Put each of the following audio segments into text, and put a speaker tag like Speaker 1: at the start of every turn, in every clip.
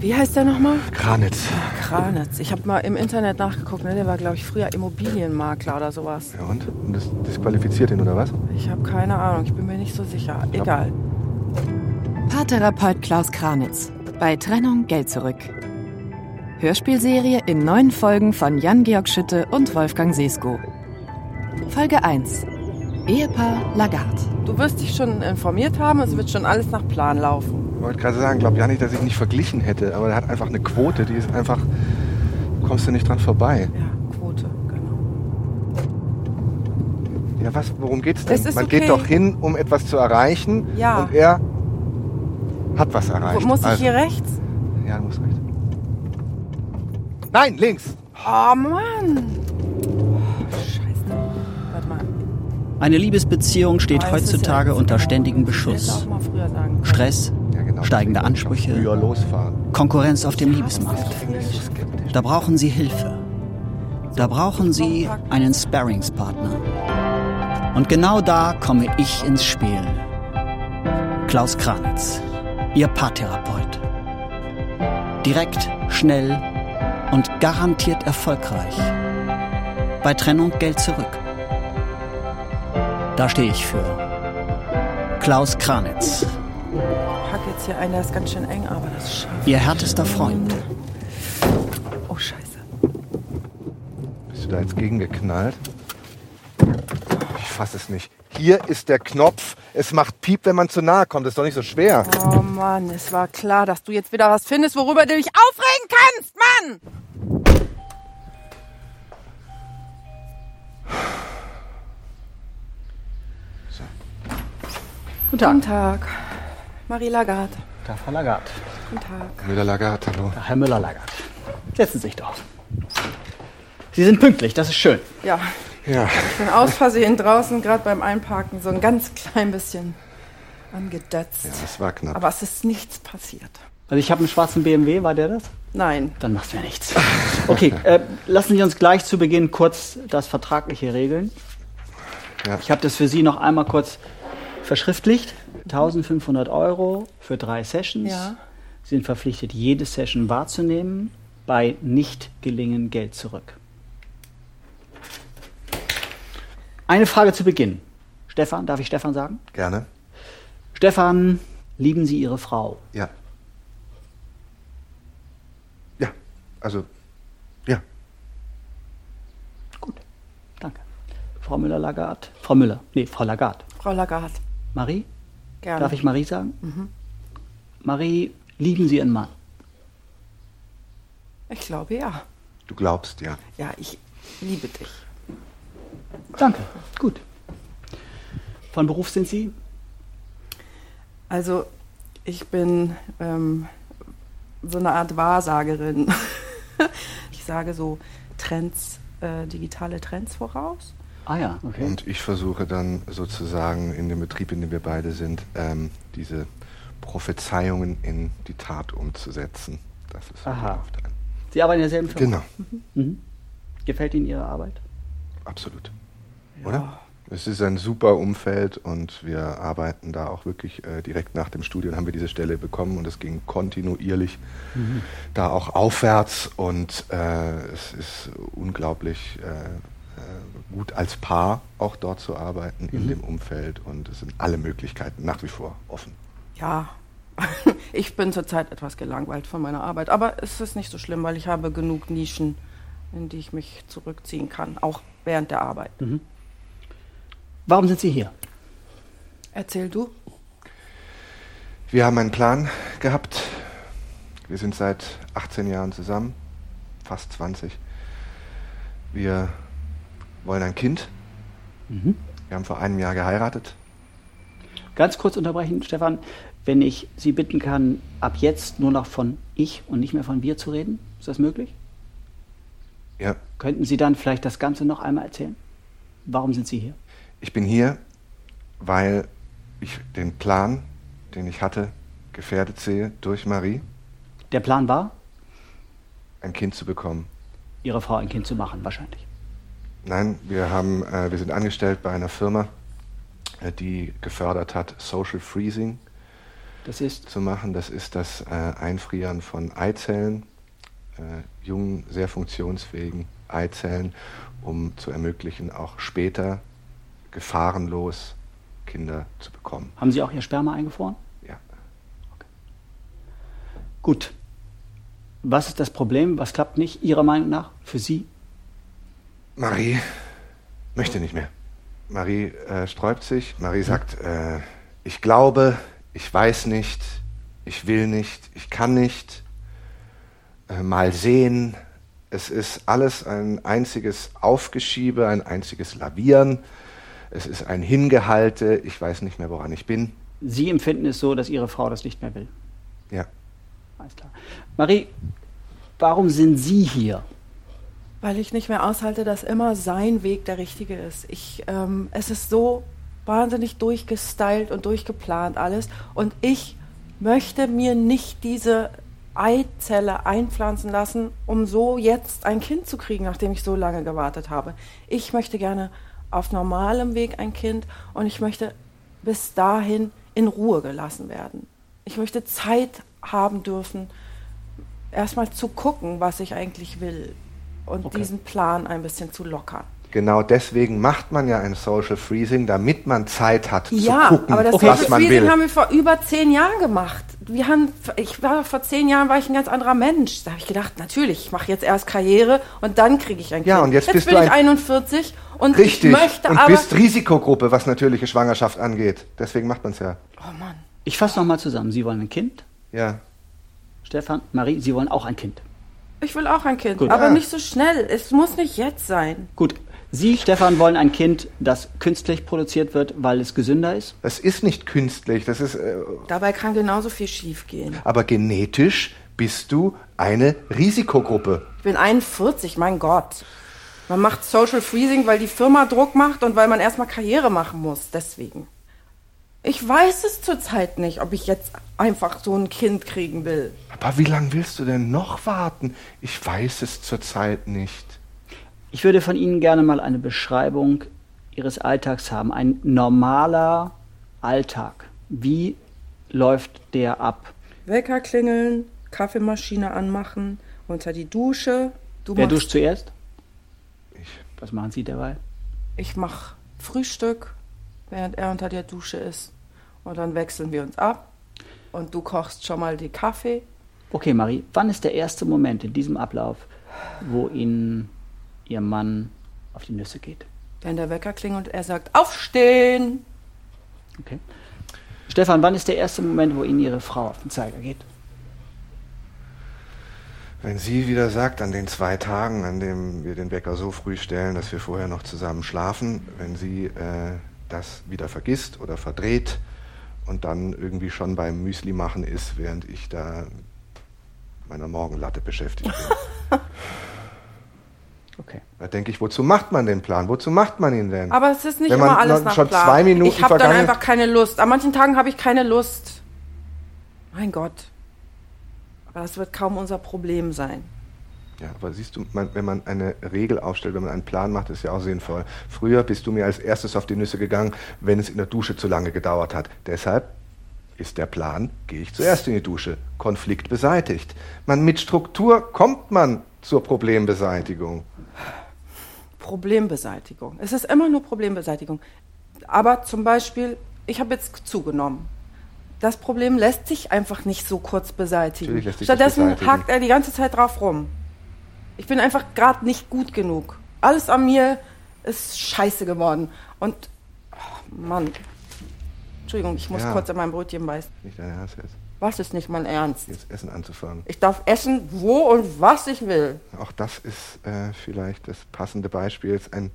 Speaker 1: Wie heißt der nochmal?
Speaker 2: Kranitz.
Speaker 1: Kranitz. Ich habe mal im Internet nachgeguckt. Ne? Der war, glaube ich, früher Immobilienmakler oder sowas.
Speaker 2: Ja und? Und das disqualifiziert ihn, oder was?
Speaker 1: Ich habe keine Ahnung. Ich bin mir nicht so sicher. Egal.
Speaker 3: Paartherapeut Klaus Kranitz. Bei Trennung Geld zurück. Hörspielserie in neun Folgen von Jan-Georg Schütte und Wolfgang Sesko. Folge 1. Ehepaar Lagarde.
Speaker 1: Du wirst dich schon informiert haben. Es wird schon alles nach Plan laufen.
Speaker 2: Ich wollte gerade sagen, glaub ja nicht, dass ich nicht verglichen hätte, aber der hat einfach eine Quote, die ist einfach, kommst du nicht dran vorbei.
Speaker 1: Ja, Quote, genau.
Speaker 2: Ja, was, worum geht's denn?
Speaker 1: Es ist
Speaker 2: Man
Speaker 1: okay.
Speaker 2: geht doch hin, um etwas zu erreichen
Speaker 1: Ja.
Speaker 2: und er hat was erreicht.
Speaker 1: Muss ich
Speaker 2: also,
Speaker 1: hier rechts?
Speaker 2: Ja, du musst recht. Nein, links!
Speaker 1: Oh Mann! Scheiße. Warte mal.
Speaker 4: Eine Liebesbeziehung steht
Speaker 1: Weiß es
Speaker 4: heutzutage
Speaker 1: jetzt.
Speaker 4: unter
Speaker 1: Genau.
Speaker 4: ständigem
Speaker 1: Hätte auch
Speaker 4: Beschuss.
Speaker 1: mal früher sagen können.
Speaker 4: Stress,
Speaker 2: Ja, genau.
Speaker 4: steigende
Speaker 2: Früher
Speaker 4: Ansprüche,
Speaker 2: losfahren.
Speaker 4: Konkurrenz auf dem Liebesmarkt.
Speaker 2: Deswegen bin ich so skeptisch.
Speaker 4: Da brauchen Sie Hilfe. Da brauchen Sie einen Sparringspartner. Und genau da komme ich ins Spiel. Klaus Kranitz, Ihr Paartherapeut. Direkt, schnell und garantiert erfolgreich. Bei Trennung Geld zurück. Da stehe ich für. Klaus Kranitz,
Speaker 1: Ich pack jetzt hier einen, der ist ganz schön eng, aber das schafft.
Speaker 4: Ihr härtester Freund.
Speaker 1: Oh, Scheiße.
Speaker 2: Bist du da jetzt gegengeknallt? Ich fasse es nicht. Hier ist der Knopf. Es macht Piep, wenn man zu nahe kommt. Das ist doch nicht so schwer.
Speaker 1: Oh Mann, es war klar, dass du jetzt wieder was findest, worüber du dich aufregen kannst, Mann! Guten Tag. Guten Tag. Marie Lagarde.
Speaker 4: Herr von Lagarde,
Speaker 1: Guten Tag.
Speaker 2: Müller Lagarde, hallo.
Speaker 4: Herr Müller-Lagarde, setzen Sie sich doch. Sie sind pünktlich, das ist schön.
Speaker 1: Ja,
Speaker 2: Ja,
Speaker 1: ich bin aus Versehen draußen, gerade beim Einparken, so ein ganz klein bisschen angedötzt.
Speaker 2: das war knapp.
Speaker 1: Aber es ist nichts passiert.
Speaker 4: Also ich habe einen schwarzen BMW, war der das?
Speaker 1: Nein.
Speaker 4: Dann macht's mir nichts. Okay, äh, lassen Sie uns gleich zu Beginn kurz das Vertragliche regeln.
Speaker 2: Ja.
Speaker 4: Ich habe das für Sie noch einmal kurz verschriftlicht. 1500 Euro für drei Sessions.
Speaker 1: Ja.
Speaker 4: Sie sind verpflichtet, jede Session wahrzunehmen. Bei Nicht-Gelingen Geld zurück. Eine Frage zu Beginn. Stefan, darf ich Stefan sagen?
Speaker 2: Gerne.
Speaker 4: Stefan, lieben Sie Ihre Frau?
Speaker 2: Ja. Ja, also, ja.
Speaker 4: Gut, danke. Frau Müller-Lagarde. Frau Müller, nee, Frau Lagarde.
Speaker 1: Frau Lagarde,
Speaker 4: Marie?
Speaker 1: gerne.
Speaker 4: Darf ich Marie sagen? Marie, lieben Sie Ihren Mann?
Speaker 1: Ich glaube ja.
Speaker 2: Du glaubst, ja.
Speaker 1: Ja, ich liebe dich.
Speaker 4: Danke, gut. Von Beruf sind Sie?
Speaker 1: Also ich bin ähm, so eine Art Wahrsagerin. ich sage so Trends, äh, digitale Trends voraus.
Speaker 4: Ah ja, okay.
Speaker 2: Und ich versuche dann sozusagen in dem Betrieb, in dem wir beide sind, ähm, diese Prophezeiungen in die Tat umzusetzen. Das ist
Speaker 4: Aha.
Speaker 2: oft ein.
Speaker 4: Sie arbeiten in derselben Firma?
Speaker 2: Genau,
Speaker 4: Mhm. Gefällt Ihnen Ihre Arbeit?
Speaker 2: absolut. Oder? Es ist ein super Umfeld und wir arbeiten da auch wirklich äh, direkt nach dem Studium haben wir diese Stelle bekommen und es ging kontinuierlich da auch aufwärts und äh, es ist unglaublich äh, äh, gut als Paar auch dort zu arbeiten in dem Umfeld und es sind alle Möglichkeiten nach wie vor offen.
Speaker 1: Ja, ich bin zurzeit etwas gelangweilt von meiner Arbeit, aber es ist nicht so schlimm, weil ich habe genug Nischen, in die ich mich zurückziehen kann, auch während der Arbeit.
Speaker 4: Warum sind Sie hier?
Speaker 1: Erzähl du.
Speaker 2: Wir haben einen Plan gehabt. Wir sind seit 18 Jahren zusammen, fast 20. Wir wollen ein Kind. Wir haben vor einem Jahr geheiratet.
Speaker 4: Ganz kurz unterbrechen, Stefan, wenn ich Sie bitten kann, ab jetzt nur noch von ich und nicht mehr von wir zu reden. Ist das möglich?
Speaker 2: Ja,
Speaker 4: Könnten Sie dann vielleicht das Ganze noch einmal erzählen? Warum sind Sie hier?
Speaker 2: ich bin hier, weil ich den Plan, den ich hatte, gefährdet sehe, durch Marie
Speaker 4: Der Plan war,
Speaker 2: ein Kind zu bekommen.
Speaker 4: Ihre Frau ein Kind zu machen, wahrscheinlich.
Speaker 2: Nein, wir, haben, äh, wir sind angestellt bei einer Firma, äh, die gefördert hat Social Freezing.
Speaker 4: Das ist
Speaker 2: zu machen. Das ist das äh, Einfrieren von Eizellen, äh, jungen, sehr funktionsfähigen Eizellen, um zu ermöglichen, auch später gefahrenlos Kinder zu bekommen.
Speaker 4: Haben Sie auch Ihr Sperma eingefroren?
Speaker 2: Ja.
Speaker 4: Okay. Gut. Was ist das Problem? Was klappt nicht Ihrer Meinung nach für Sie?
Speaker 2: Marie möchte nicht mehr. Marie äh, sträubt sich. Marie sagt, äh, ich glaube, ich weiß nicht, ich will nicht, ich kann nicht. Äh, mal sehen. Es ist alles ein einziges Aufgeschiebe, ein einziges Lavieren. Es ist ein Hingehalte. Ich weiß nicht mehr, woran ich bin.
Speaker 4: Sie empfinden es so, dass Ihre Frau das nicht mehr will.
Speaker 2: Ja.
Speaker 4: Alles klar. Marie, warum sind Sie hier?
Speaker 1: Weil ich nicht mehr aushalte, dass immer sein Weg der richtige ist. Ich, ähm, es ist so wahnsinnig durchgestylt und durchgeplant alles. Und ich möchte mir nicht diese Eizelle einpflanzen lassen, um so jetzt ein Kind zu kriegen, nachdem ich so lange gewartet habe. Ich möchte gerne auf normalem Weg ein Kind und ich möchte bis dahin in Ruhe gelassen werden. Ich möchte Zeit haben dürfen, erstmal zu gucken, was ich eigentlich will und
Speaker 4: Okay.
Speaker 1: diesen Plan ein bisschen zu lockern.
Speaker 2: Genau deswegen macht man ja ein Social Freezing, damit man Zeit hat
Speaker 1: ja,
Speaker 2: zu gucken,
Speaker 1: aber das
Speaker 2: was man will.
Speaker 1: haben wir vor über zehn Jahren gemacht. Wir haben, ich war vor zehn Jahren war ich ein ganz anderer Mensch. Da habe ich gedacht, natürlich, ich mache jetzt erst Karriere und dann kriege ich ein
Speaker 2: Ja,
Speaker 1: Kind.
Speaker 2: und jetzt bist
Speaker 1: bin
Speaker 2: du
Speaker 1: ich
Speaker 2: ein-
Speaker 1: 41 und
Speaker 2: Richtig.
Speaker 1: ich möchte
Speaker 2: und
Speaker 1: aber.
Speaker 2: bist Risikogruppe, was natürliche Schwangerschaft angeht. Deswegen macht man es ja.
Speaker 1: oh Mann,
Speaker 4: Ich fasse nochmal zusammen. Sie wollen ein Kind.
Speaker 2: Ja.
Speaker 4: Stefan, Marie, Sie wollen auch ein Kind.
Speaker 1: ich will auch ein Kind,
Speaker 4: Gut.
Speaker 1: aber
Speaker 2: Ja.
Speaker 1: nicht so schnell. Es muss nicht jetzt sein.
Speaker 4: Gut. Sie, Stefan, wollen ein Kind, das künstlich produziert wird, weil es gesünder ist.
Speaker 2: Das ist nicht künstlich, das ist äh,
Speaker 1: Dabei kann genauso viel schief gehen.
Speaker 2: aber genetisch bist du eine Risikogruppe.
Speaker 1: Ich bin 41, mein Gott. Man macht Social Freezing, weil die Firma Druck macht und weil man erstmal Karriere machen muss. Deswegen. Ich weiß es zurzeit nicht, ob ich jetzt einfach so ein Kind kriegen will.
Speaker 2: Aber wie lange willst du denn noch warten? Ich weiß es zurzeit nicht.
Speaker 4: Ich würde von Ihnen gerne mal eine Beschreibung Ihres Alltags haben. Ein normaler Alltag. Wie läuft der ab?
Speaker 1: Wecker klingeln, Kaffeemaschine anmachen, unter die Dusche. Du
Speaker 4: Wer
Speaker 1: machst-
Speaker 4: duscht zuerst?
Speaker 2: Ich,
Speaker 4: Was machen Sie dabei?
Speaker 1: Ich mach Frühstück, während er unter der Dusche ist. Und dann wechseln wir uns ab. Und du kochst schon mal den Kaffee.
Speaker 4: Okay, Marie, wann ist der erste Moment in diesem Ablauf, wo Ihnen Ihr Mann auf die Nüsse geht?
Speaker 1: Wenn der Wecker klingelt und er sagt, aufstehen.
Speaker 4: Okay. Stefan, wann ist der erste Moment, wo Ihnen Ihre Frau auf den Zeiger geht?
Speaker 2: wenn sie wieder sagt, an den zwei Tagen, an dem wir den Wecker so früh stellen, dass wir vorher noch zusammen schlafen, wenn sie äh, das wieder vergisst oder verdreht und dann irgendwie schon beim Müsli machen ist, während ich da mit meiner Morgenlatte beschäftigt bin.
Speaker 4: Okay.
Speaker 2: Da denke ich, wozu macht man den Plan? Wozu macht man ihn denn?
Speaker 1: Aber es ist nicht
Speaker 2: Wenn man
Speaker 1: immer alles
Speaker 2: noch-
Speaker 1: nach
Speaker 2: schon
Speaker 1: Plan.
Speaker 2: zwei Minuten
Speaker 1: ich habe dann
Speaker 2: vergangen-
Speaker 1: einfach keine Lust. An manchen Tagen habe ich keine Lust. Mein Gott. Aber das wird kaum unser Problem sein.
Speaker 2: Ja, aber siehst du, man, wenn man eine Regel aufstellt, wenn man einen Plan macht, ist ja auch sinnvoll. Früher bist du mir als erstes auf die Nüsse gegangen, wenn es in der Dusche zu lange gedauert hat. Deshalb ist der Plan, gehe ich zuerst in die Dusche. Konflikt beseitigt. Man mit Struktur kommt man zur Problembeseitigung.
Speaker 1: Problembeseitigung. Es ist immer nur Problembeseitigung. Aber zum Beispiel, ich habe jetzt zugenommen. Das Problem lässt sich einfach nicht so kurz beseitigen.
Speaker 2: Natürlich lässt sich das
Speaker 1: Stattdessen
Speaker 2: beseitigen.
Speaker 1: hakt er die ganze Zeit drauf rum. Ich bin einfach gerade nicht gut genug. Alles an mir ist scheiße geworden. Und, oh Mann. Entschuldigung, ich muss
Speaker 2: Ja.
Speaker 1: kurz in mein Brötchen beißen.
Speaker 2: Nicht dein Ernst jetzt,
Speaker 1: Was ist nicht mein Ernst?
Speaker 2: jetzt Essen anzufangen.
Speaker 1: Ich darf essen, wo und was ich will.
Speaker 2: Auch das ist äh, vielleicht das passende Beispiel, jetzt ein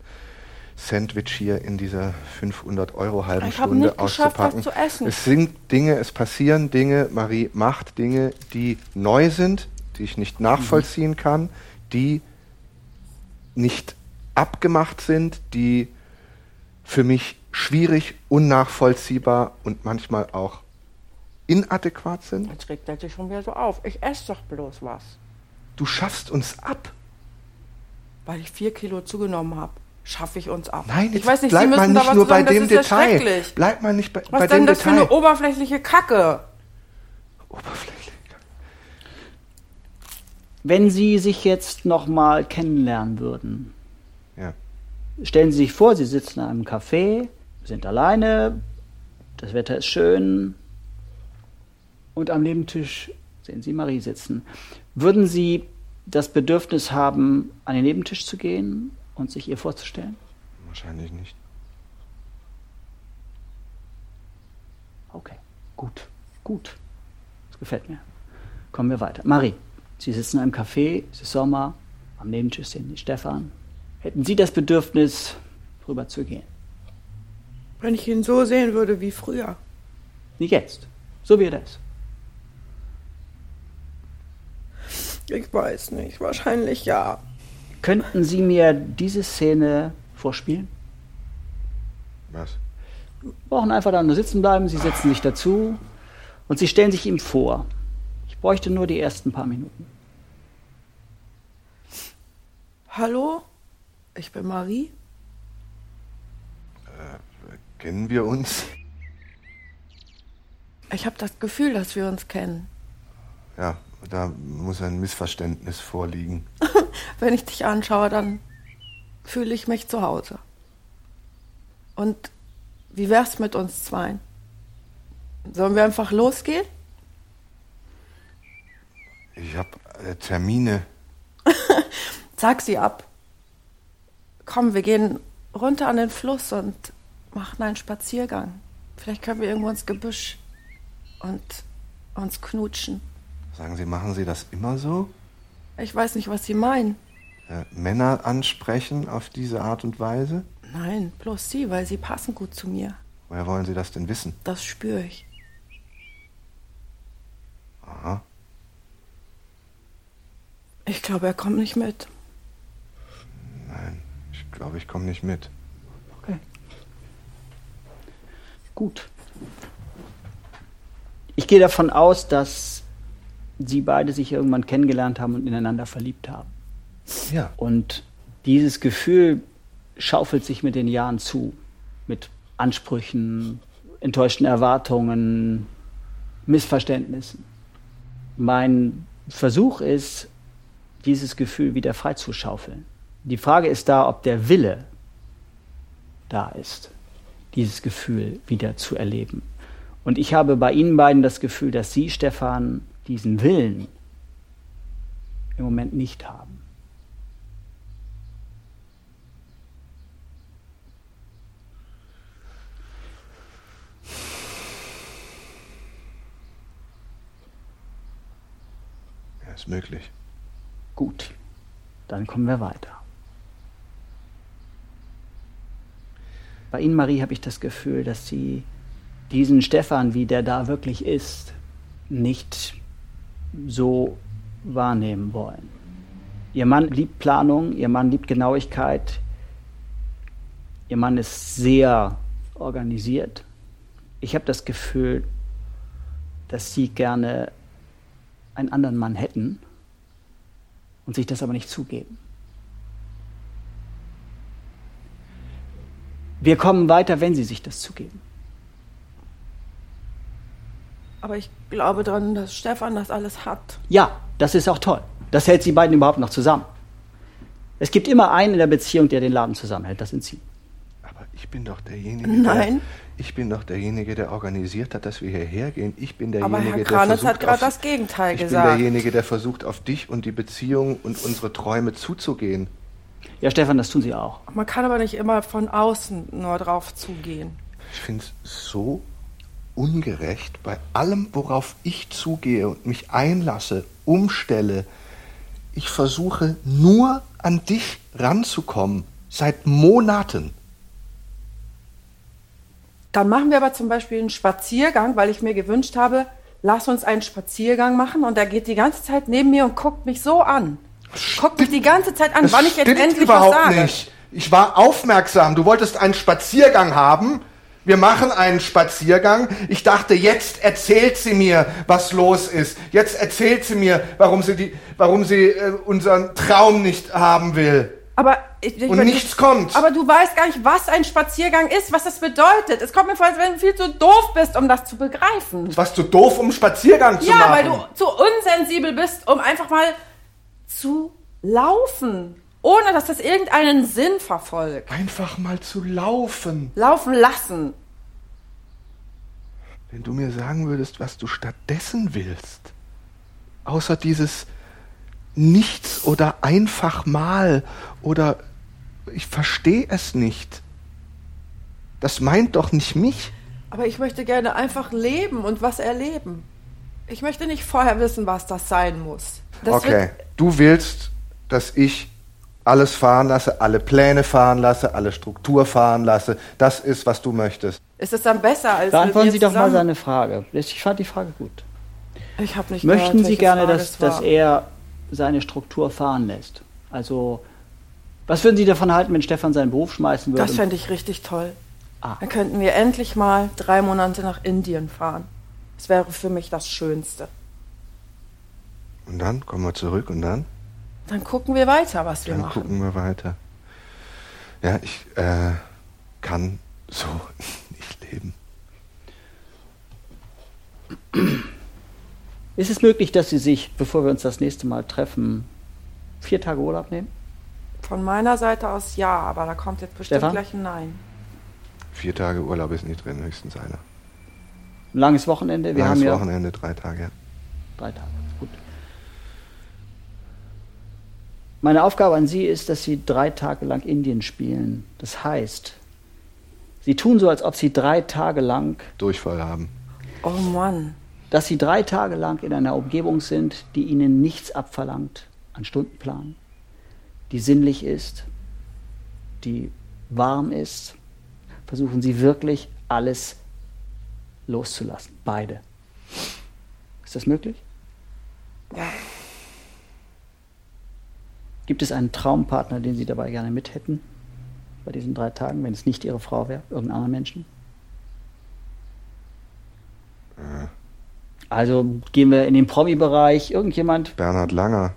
Speaker 2: Sandwich hier in dieser 500 Euro halben
Speaker 1: Ich habe
Speaker 2: Stunde
Speaker 1: nicht geschafft, was
Speaker 2: auszupacken.
Speaker 1: zu essen.
Speaker 2: Es sind Dinge, es passieren Dinge. Marie macht Dinge, die neu sind, die ich nicht
Speaker 1: Mhm.
Speaker 2: nachvollziehen kann, die nicht abgemacht sind, die für mich schwierig, unnachvollziehbar und manchmal auch inadäquat sind.
Speaker 1: Jetzt regt er sich schon wieder so auf. Ich esse doch bloß was.
Speaker 2: Du schaffst uns ab.
Speaker 1: Weil ich vier Kilo zugenommen habe, schaffe ich uns ab.
Speaker 2: Nein, jetzt
Speaker 1: ich weiß nicht,
Speaker 2: bleib
Speaker 1: Sie müssen
Speaker 2: mal
Speaker 1: da
Speaker 2: nicht
Speaker 1: was
Speaker 2: nur
Speaker 1: zu
Speaker 2: bei
Speaker 1: sagen,
Speaker 2: dem
Speaker 1: das ist ja
Speaker 2: Detail.
Speaker 1: schrecklich.
Speaker 2: bleib mal nicht bei,
Speaker 1: Was
Speaker 2: bei
Speaker 1: denn
Speaker 2: dem
Speaker 1: das für
Speaker 2: Detail.
Speaker 1: eine oberflächliche Kacke?
Speaker 2: Oberflächlich.
Speaker 4: Wenn Sie sich jetzt nochmal kennenlernen würden,
Speaker 2: Ja.
Speaker 4: stellen Sie sich vor, Sie sitzen in einem Café, sind alleine, das Wetter ist schön und am Nebentisch sehen Sie Marie sitzen. Würden Sie das Bedürfnis haben, an den Nebentisch zu gehen und sich ihr vorzustellen?
Speaker 2: Wahrscheinlich nicht.
Speaker 4: Okay, gut, gut. Das gefällt mir. Kommen wir weiter. Marie, Sie sitzen in einem Café, es ist Sommer, am Nebentisch sehen Sie Stefan. Hätten Sie das Bedürfnis, rüberzugehen?
Speaker 5: Wenn ich ihn so sehen würde wie früher.
Speaker 4: Nicht jetzt, so wie er das.
Speaker 5: Ich weiß nicht, wahrscheinlich ja.
Speaker 4: Könnten Sie mir diese Szene vorspielen?
Speaker 2: Was?
Speaker 4: brauchen einfach da nur sitzen bleiben, sie setzen sich dazu und sie stellen sich ihm vor. Ich bräuchte nur die ersten paar Minuten.
Speaker 5: Hallo, ich bin Marie.
Speaker 2: Kennen wir uns?
Speaker 1: Ich habe das Gefühl, dass wir uns kennen.
Speaker 2: Ja, da muss ein Missverständnis vorliegen.
Speaker 1: Wenn ich dich anschaue, dann fühle ich mich zu Hause. Und wie wär's mit uns zweien? Sollen wir einfach losgehen?
Speaker 2: Ich habe äh, Termine.
Speaker 1: Sag sie ab. Komm, wir gehen runter an den Fluss und machen einen Spaziergang. Vielleicht können wir irgendwo ins Gebüsch und uns knutschen.
Speaker 2: Sagen Sie, machen Sie das immer so?
Speaker 1: Ich weiß nicht, was sie meinen.
Speaker 2: Äh, Männer ansprechen auf diese Art und Weise?
Speaker 1: Nein, bloß sie, weil sie passen gut zu mir.
Speaker 2: Woher wollen Sie das denn wissen?
Speaker 1: Das spüre ich.
Speaker 2: Aha.
Speaker 1: Ich glaube, er kommt nicht mit.
Speaker 2: Nein, ich glaube, ich komme nicht mit.
Speaker 4: Okay. Gut. Ich gehe davon aus, dass sie beide sich irgendwann kennengelernt haben und ineinander verliebt haben.
Speaker 2: Ja.
Speaker 4: Und dieses Gefühl schaufelt sich mit den Jahren zu. Mit Ansprüchen, enttäuschten Erwartungen, Missverständnissen. Mein Versuch ist, dieses Gefühl wieder freizuschaufeln. Die Frage ist da, ob der Wille da ist, dieses Gefühl wieder zu erleben. Und ich habe bei Ihnen beiden das Gefühl, dass Sie, Stefan, diesen Willen im Moment nicht haben.
Speaker 2: ja ist möglich.
Speaker 4: Gut, dann kommen wir weiter. Bei Ihnen, Marie, habe ich das Gefühl, dass Sie diesen Stefan, wie der da wirklich ist, nicht so wahrnehmen wollen. Ihr Mann liebt Planung, Ihr Mann liebt Genauigkeit, Ihr Mann ist sehr organisiert. Ich habe das Gefühl, dass Sie gerne einen anderen Mann hätten und sich das aber nicht zugeben. Wir kommen weiter, wenn sie sich das zugeben.
Speaker 1: Aber ich glaube dran, dass Stefan das alles hat.
Speaker 4: Ja, das ist auch toll. Das hält sie beiden überhaupt noch zusammen. Es gibt immer einen in der Beziehung, der den Laden zusammenhält. Das sind sie.
Speaker 2: Aber ich bin doch derjenige.
Speaker 1: Nein.
Speaker 2: Der, ich bin doch derjenige, der organisiert hat, dass wir hierher gehen. Ich bin derjenige,
Speaker 1: Aber Herr
Speaker 2: der
Speaker 1: Kranitz hat
Speaker 2: versucht,
Speaker 1: gerade
Speaker 2: auf-
Speaker 1: das Gegenteil
Speaker 2: ich
Speaker 1: gesagt.
Speaker 2: bin derjenige, der versucht, auf dich und die Beziehung und unsere Träume zuzugehen.
Speaker 4: Ja, Stefan, das tun sie auch.
Speaker 1: Man kann aber nicht immer von außen nur drauf zugehen.
Speaker 2: Ich finde es so ungerecht bei allem, worauf ich zugehe und mich einlasse, umstelle. Ich versuche nur an dich ranzukommen. Seit Monaten.
Speaker 1: Dann machen wir aber zum Beispiel einen Spaziergang, weil ich mir gewünscht habe, lass uns einen Spaziergang machen. Und er geht die ganze Zeit neben mir und guckt mich so an. Guckt mich die ganze Zeit an,
Speaker 2: Das
Speaker 1: wann ich jetzt
Speaker 2: stimmt
Speaker 1: endlich
Speaker 2: überhaupt
Speaker 1: was sage.
Speaker 2: nicht. Ich war aufmerksam. Du wolltest einen Spaziergang haben. Wir machen einen Spaziergang. Ich dachte, jetzt erzählt sie mir, was los ist. Jetzt erzählt sie mir, warum sie, die, warum sie äh, unseren Traum nicht haben will.
Speaker 1: Aber ich, ich
Speaker 2: Und
Speaker 1: meine,
Speaker 2: nichts
Speaker 1: du,
Speaker 2: kommt.
Speaker 1: Aber du weißt gar nicht, was ein Spaziergang ist, was das bedeutet. Es kommt mir vor, als wenn du viel zu doof bist, um das zu begreifen.
Speaker 2: Was du doof, um einen Spaziergang zu
Speaker 1: Ja,
Speaker 2: machen.
Speaker 1: weil du zu unsensibel bist, um einfach mal zu laufen, ohne dass das irgendeinen Sinn verfolgt.
Speaker 2: Einfach mal zu laufen.
Speaker 1: Laufen lassen.
Speaker 2: Wenn du mir sagen würdest, was du stattdessen willst, außer dieses Nichts oder einfach mal oder ich verstehe es nicht. Das meint doch nicht mich.
Speaker 1: Aber ich möchte gerne einfach leben und was erleben. Ich möchte nicht vorher wissen, was das sein muss. Das
Speaker 2: okay, du willst, dass ich alles fahren lasse, alle Pläne fahren lasse, alle Struktur fahren lasse. Das ist, was du möchtest.
Speaker 1: Ist es dann besser als
Speaker 4: Beantworten
Speaker 1: mit
Speaker 4: Sie
Speaker 1: mir
Speaker 4: doch mal
Speaker 1: zusammen?
Speaker 4: seine Frage. Ich fand die Frage gut.
Speaker 1: Ich habe nicht
Speaker 4: Möchten
Speaker 1: gehört,
Speaker 4: Sie
Speaker 1: welche
Speaker 4: gerne,
Speaker 1: Frage
Speaker 4: dass,
Speaker 1: es war.
Speaker 4: dass er seine Struktur fahren lässt? Also, was würden Sie davon halten, wenn Stefan seinen Beruf schmeißen würde?
Speaker 1: Das fände ich richtig toll.
Speaker 4: Ah.
Speaker 1: Dann könnten wir endlich mal drei Monate nach Indien fahren. Das wäre für mich das Schönste.
Speaker 2: Und dann kommen wir zurück und dann?
Speaker 1: Dann gucken wir weiter, was wir
Speaker 2: Dann
Speaker 1: machen.
Speaker 2: gucken wir weiter. Ja, ich äh, kann so nicht leben.
Speaker 4: Ist es möglich, dass Sie sich, bevor wir uns das nächste Mal treffen, vier Tage Urlaub nehmen?
Speaker 1: Von meiner Seite aus ja, aber da kommt jetzt bestimmt
Speaker 4: Stefan?
Speaker 1: gleich ein Nein.
Speaker 2: Vier Tage Urlaub ist nicht drin, höchstens einer.
Speaker 4: Ein langes Wochenende? Wir
Speaker 2: Langes
Speaker 4: haben ja
Speaker 2: Wochenende, drei Tage.
Speaker 4: drei Tage. Gut. Meine Aufgabe an Sie ist, dass Sie drei Tage lang Indien spielen. Das heißt, Sie tun so, als ob Sie drei Tage lang
Speaker 2: Durchfall haben.
Speaker 1: Oh Mann.
Speaker 4: dass sie drei Tage lang in einer Umgebung sind, die ihnen nichts abverlangt an Stundenplan, die sinnlich ist, die warm ist. Versuchen sie wirklich alles loszulassen, beide. Ist das möglich?
Speaker 1: Ja.
Speaker 4: Gibt es einen Traumpartner, den Sie dabei gerne mit hätten, bei diesen drei Tagen, wenn es nicht Ihre Frau wäre, irgendein anderer Menschen? Also gehen wir in den Promi-Bereich, irgendjemand,
Speaker 2: Bernhard Langer.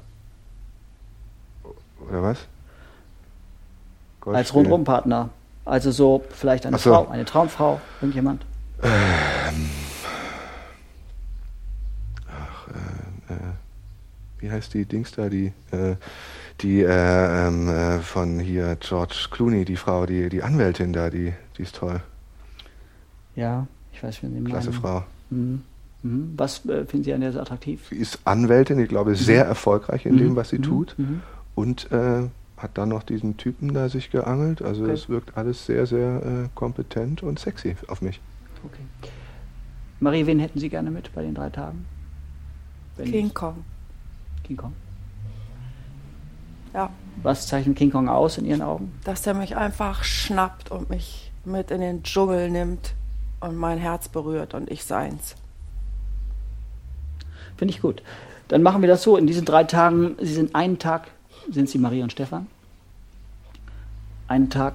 Speaker 2: Oder was? Golf
Speaker 4: Als
Speaker 2: spielen.
Speaker 4: Rundrumpartner. Also so vielleicht eine
Speaker 2: Ach so.
Speaker 4: Frau, eine Traumfrau, irgendjemand.
Speaker 2: Wie heißt die Dings da? Die, äh, die äh, ähm, äh, von hier George Clooney, die Frau, die, die Anwältin da, die, die ist toll.
Speaker 4: Ja, ich weiß, wen Sie meinen.
Speaker 2: Klasse Frau.
Speaker 4: Mhm. Mhm. Was äh, finden Sie an der so attraktiv?
Speaker 2: Sie ist Anwältin, ich glaube, sehr erfolgreich in dem, was sie tut.
Speaker 4: Mhm.
Speaker 2: Und äh, hat dann noch diesen Typen da sich geangelt. Also
Speaker 4: Okay.
Speaker 2: es wirkt alles sehr, sehr äh, kompetent und sexy auf mich.
Speaker 4: Okay. Marie, wen hätten Sie gerne mit bei den drei Tagen? Wenn
Speaker 1: King Kong.
Speaker 4: nicht King Kong.
Speaker 1: Ja.
Speaker 4: Was zeichnet King Kong aus in Ihren Augen?
Speaker 1: Dass der mich einfach schnappt und mich mit in den Dschungel nimmt und mein Herz berührt und ich seins.
Speaker 4: Finde ich gut. Dann machen wir das so. In diesen drei Tagen, Sie sind einen Tag, sind Sie Marie und Stefan. Einen Tag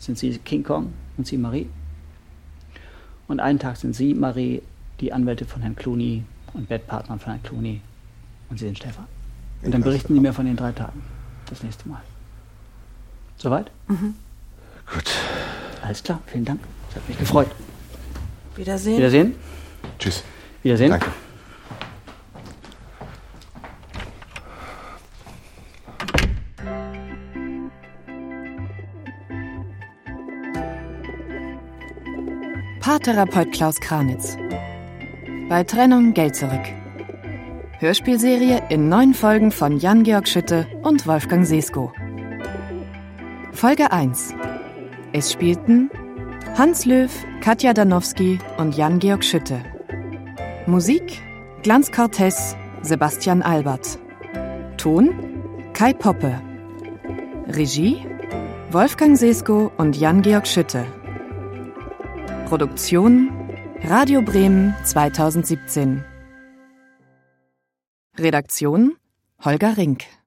Speaker 4: sind Sie King Kong und Sie Marie. Und einen Tag sind Sie, Marie, die Anwälte von Herrn Clooney und Bettpartner von Herrn Clooney. Und Sie sind Stefan. Und dann
Speaker 2: Klasse.
Speaker 4: berichten Sie mir von den drei Tagen. Das nächste Mal. Soweit?
Speaker 2: Gut.
Speaker 4: Alles klar. Vielen Dank. Das hat mich gefreut.
Speaker 1: Wiedersehen.
Speaker 4: Wiedersehen.
Speaker 2: Tschüss.
Speaker 4: Wiedersehen.
Speaker 2: Danke.
Speaker 3: Paartherapeut Klaus Kranitz. Bei Trennung Geld zurück. Hörspielserie in neun Folgen von Jan-Georg Schütte und Wolfgang Sesko. Folge 1. Es spielten Hans Löw, Katja Danowski und Jan-Georg Schütte. Musik Glanz Cortez, Sebastian Albert. Ton Kai Poppe. Regie Wolfgang Sesko und Jan-Georg Schütte. Produktion Radio Bremen 2017. Redaktion Holger Rink.